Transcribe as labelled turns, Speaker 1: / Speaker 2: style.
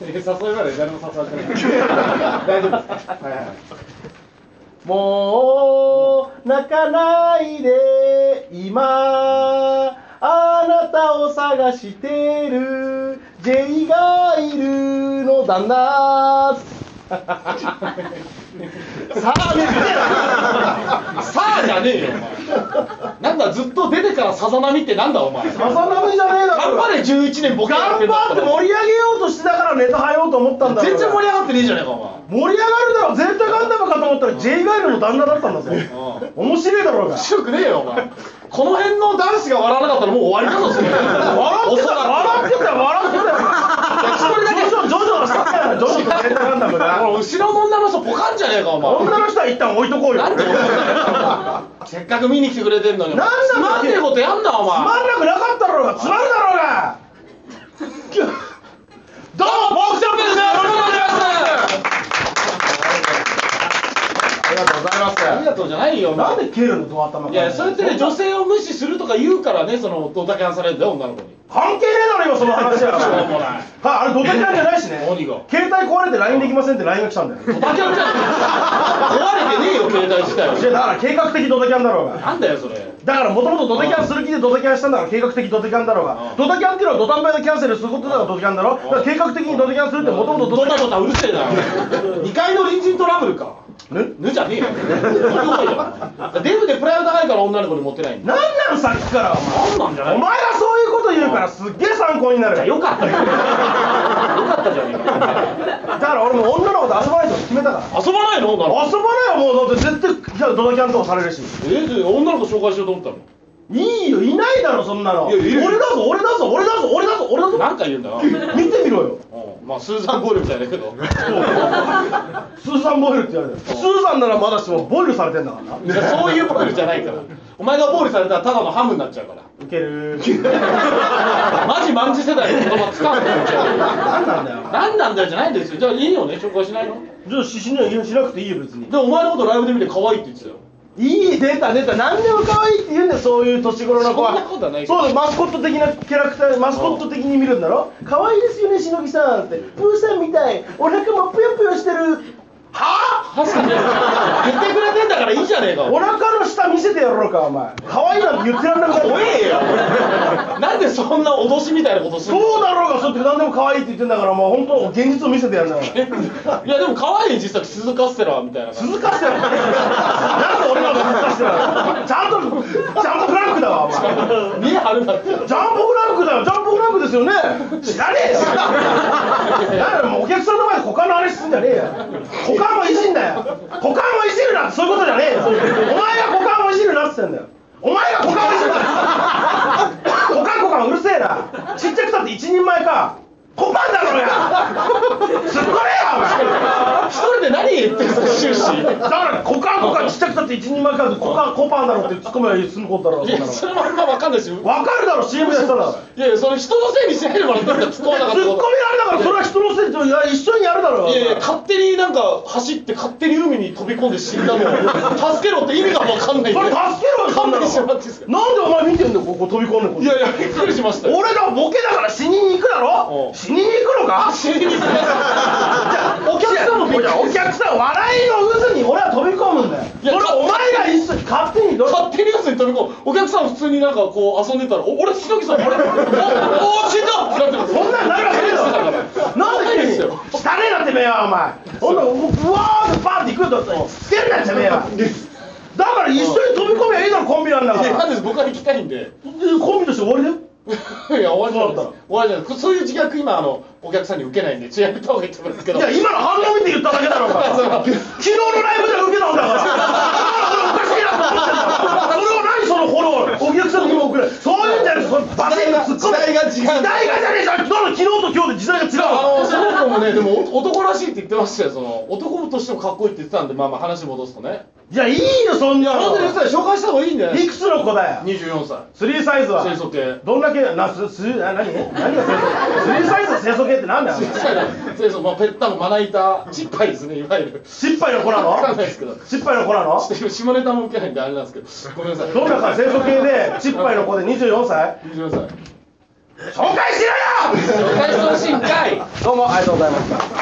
Speaker 1: 誘いまで誰も誘われてない大丈夫ですか、はいはいもう泣かないで今あなたを探してる J がいるのだなさあねさあじゃねえよお前なんだずっと出てからさざ波ってなんだお前
Speaker 2: さざ波じゃねえだ
Speaker 1: 頑張
Speaker 2: ろ
Speaker 1: れ11年ボケやっ
Speaker 2: 頑
Speaker 1: てんだ
Speaker 2: 張って盛り上げようとしてだからネタ入ろうと思ったんだろ
Speaker 1: 全然盛り上がってねえじゃねえかお前
Speaker 2: 盛り上がるだろ絶対ガンダムかと思ったら J ガイルの旦那だったんだぞ面白いだろうが
Speaker 1: 面白くねえよお前この辺の男子が笑わなかったらもう終わりだぞそれ
Speaker 2: 笑ってた笑ってたよ笑ってたよ
Speaker 1: 一人だけ
Speaker 2: ジョジョジョジョが好きだからジョジョと絶対ガンダム
Speaker 1: こ
Speaker 2: だ
Speaker 1: の後ろの女の人ポカンじゃねえかお前
Speaker 2: 女の人は一旦置いとこうよ
Speaker 1: なんで俺だよせっかく見に来てくれてんのに
Speaker 2: なんだ
Speaker 1: つまんねえことやんなお
Speaker 2: つまん
Speaker 1: 前
Speaker 2: なくなかったろうがつまるだろうが
Speaker 1: どうもボクションですよろしくお願いします
Speaker 3: ありがとうございます。
Speaker 1: ありがとうじゃないよお
Speaker 2: なん
Speaker 1: 前
Speaker 2: で蹴るのド頭から
Speaker 1: いやそれってね女性を無視するとか言うからねそのドタキャンされるんだよ女の子に
Speaker 2: 関係ねえだろ今その話は
Speaker 1: しょうもない
Speaker 2: はあれドタキャンじゃないしね
Speaker 1: 何が
Speaker 2: 携帯壊れて LINE できませんって LINE が来たんだよ
Speaker 1: ドタキャンじゃん壊れてねえよ携帯自
Speaker 2: いや
Speaker 1: 体
Speaker 2: だから計画的ドタキャンだろうが
Speaker 1: なんだよそれ
Speaker 2: だからもともとドタキャンする気でドタキャンしたんだから計画的ドタキャンだろうが
Speaker 1: うん
Speaker 2: ドタキャンっていうのはドタンバイでキャンセルすることだからドタキャンだろだから計画的にドタキャンするってもともとド
Speaker 1: ド
Speaker 2: タキ
Speaker 1: タ
Speaker 2: ャン
Speaker 1: ドタうるせえな2階の隣人トラブルか
Speaker 2: ね
Speaker 1: ぬじゃねえよそういうことよデブでプライド高いから女の子にモテないんだ
Speaker 2: なんなのさっきからお前
Speaker 1: なんなんじゃな
Speaker 2: お
Speaker 1: い
Speaker 2: 前がそういうこと言うからすっげえ参考になる
Speaker 1: じゃ
Speaker 2: だ
Speaker 1: あよかったよよかったじゃねえか
Speaker 2: から俺もう女の子と遊ばないと決めたから
Speaker 1: 遊ばないの女の子
Speaker 2: 遊ばないよもうだって絶対いやドタキャンとかされるし
Speaker 1: えで女の子紹介しようと思っ
Speaker 2: いいよいないだろそんなの
Speaker 1: いやいるよ
Speaker 2: 俺だぞ俺だぞ俺だぞ俺だぞ俺だ
Speaker 1: たの
Speaker 2: ぞ
Speaker 1: なんか言うんだな
Speaker 2: 見てみろよ
Speaker 1: うんまあスーザン・ボイルみたいだけど
Speaker 2: スーザン・ボイルって言われてるスーザンならまだしもボイルされてんだからない
Speaker 1: やそういうボイルじゃないからお前がボイルされたらただのハムになっちゃうから
Speaker 2: ウケる
Speaker 1: マジマンジ世代の言葉使うんだよ
Speaker 2: 何なんだよ
Speaker 1: 何なんだよじゃないんですよじゃあいいよね紹介しないの
Speaker 2: ちょっとししなしなくていいよ別に
Speaker 1: でもお前のことライブで見て可愛いって言ってたよ
Speaker 2: いい出た出た何でも可愛いって言うんだよそういう年頃の子は
Speaker 1: そんなことはないけど
Speaker 2: そうだマスコット的なキャラクターマスコット的に見るんだろ可愛いですよねしのぎさんってプーさんみたいお腹もぷよぷよしてる
Speaker 1: はあ確かに言ってくれてんだからいいじゃねえか
Speaker 2: お腹の下見せてやろうかお前可愛いなんて言ってらんなくなる
Speaker 1: 怖えよなんでそんな脅しみたいなことするの
Speaker 2: そうだろうがそうやって何でも可愛いって言ってんだからもう本当現実を見せてやるんだから
Speaker 1: いやでも可愛い実際鈴カステラみたいな感じ
Speaker 2: 鈴鹿してるなんで俺らが鈴鹿してるのちゃんとジャンプフランクだわお前
Speaker 1: 見え張るなって
Speaker 2: ジャンボフランクだよジャンボフランクですよね知らねえよなんだよもうお客さんの前で股間の話すんじゃねえよ股間もいじんだよ股間をいじるなってそういうことじゃねえよお前が股間をいじるなっつってんだよお前が股間をいじるな股間股間うるせえなちっちゃくたって一人前か股間だろうやすっごいよお前
Speaker 1: 一人で何言ってるんですか終始
Speaker 2: だから股間股間ちっちゃくたって一人前か股間股間だろうって突っ込めばいい済むことだろうそんな
Speaker 1: いや
Speaker 2: の
Speaker 1: それもあんま分かんないしい
Speaker 2: わかるだろ CM でやってたら
Speaker 1: やいやそれ人のせいにしないでもらってんだ突っ込まなかっ
Speaker 2: ツッ
Speaker 1: た
Speaker 2: コミ
Speaker 1: こ
Speaker 2: あれだからそれは人のせいといや一緒にやるだろ
Speaker 1: といやいや勝手になんか走って勝手に海に飛び込んで死んだの助けろって意味が分かんないん
Speaker 2: それ
Speaker 1: で
Speaker 2: 助けろよそんなの
Speaker 1: 勘弁してもら
Speaker 2: なん
Speaker 1: っていいですか
Speaker 2: でお前見てんだよここ飛び込んでこ
Speaker 1: いやいやびっくりしましたよ
Speaker 2: 俺らボケだから死にに行くだろ
Speaker 1: うん
Speaker 2: 死にに行くのか
Speaker 1: 死にに行きましたお客さんもびっ
Speaker 2: い
Speaker 1: くり
Speaker 2: やお客さん笑いの渦に俺は飛び込むんだよそ
Speaker 1: い
Speaker 2: れ
Speaker 1: や
Speaker 2: はお前が一緒に勝手にど
Speaker 1: 勝手にやつに飛び込むお客さん普通になんかこう遊んでたら「お俺しのぎさんあれおおー死んだ!」ってなってます
Speaker 2: そんなんなるわけねえだろなんで
Speaker 1: ない
Speaker 2: 君
Speaker 1: ですよ
Speaker 2: 汚ねえなってめえよお前ほんならもうブワーってバーって行くんだってつけんなんじゃねえよだから一緒に飛び込みゃいいだろコンビなんだか
Speaker 1: いやなん
Speaker 2: ら
Speaker 1: です僕は行きたいんで
Speaker 2: でコンビとして終わりだよ
Speaker 1: いや終わりじゃ
Speaker 2: そうだ
Speaker 1: ない終わりじゃないですそういう自虐今あのお客さんに受けないんでちょっとやめた方がいいと思いますけど
Speaker 2: いや今の反応見て言っただけだろうが
Speaker 1: そう
Speaker 2: 昨日のライブでは受けたんだからだから俺おかしいなと思ってんだからそれを何そのフォローお客さんにも送れそういうんじゃないそのバシッと突っ込め
Speaker 1: 時代が違う
Speaker 2: 時代がじゃねえじゃんどんどん昨日と今日で時代が違う
Speaker 1: あ
Speaker 2: わ
Speaker 1: のその子もねでも男らしいって言ってましたよその男としてもかっこいいって言ってたんでまあまあ話戻すとね
Speaker 2: いやいいよそんなの
Speaker 1: 本当に言ってたら紹介した方がいいんだよ
Speaker 2: いくつの子だよ
Speaker 1: 24歳
Speaker 2: スリーサイズは
Speaker 1: 清楚系
Speaker 2: どんだけなすすあ何何が清楚系スリーサイズは清楚系ってなんだよお前
Speaker 1: そうそうまあペッタンまな板ちっぱいですねいわゆる
Speaker 2: 失敗の子なの
Speaker 1: わかん ないですけど
Speaker 2: 失敗の子なの
Speaker 1: でも下ネタも受けないんであれなんですけどごめんなさい
Speaker 2: どんなか清楚系で失敗の子で24歳
Speaker 1: 見てください
Speaker 2: 紹介しろよ
Speaker 1: 紹介してほしいんかいどうもありがとうございました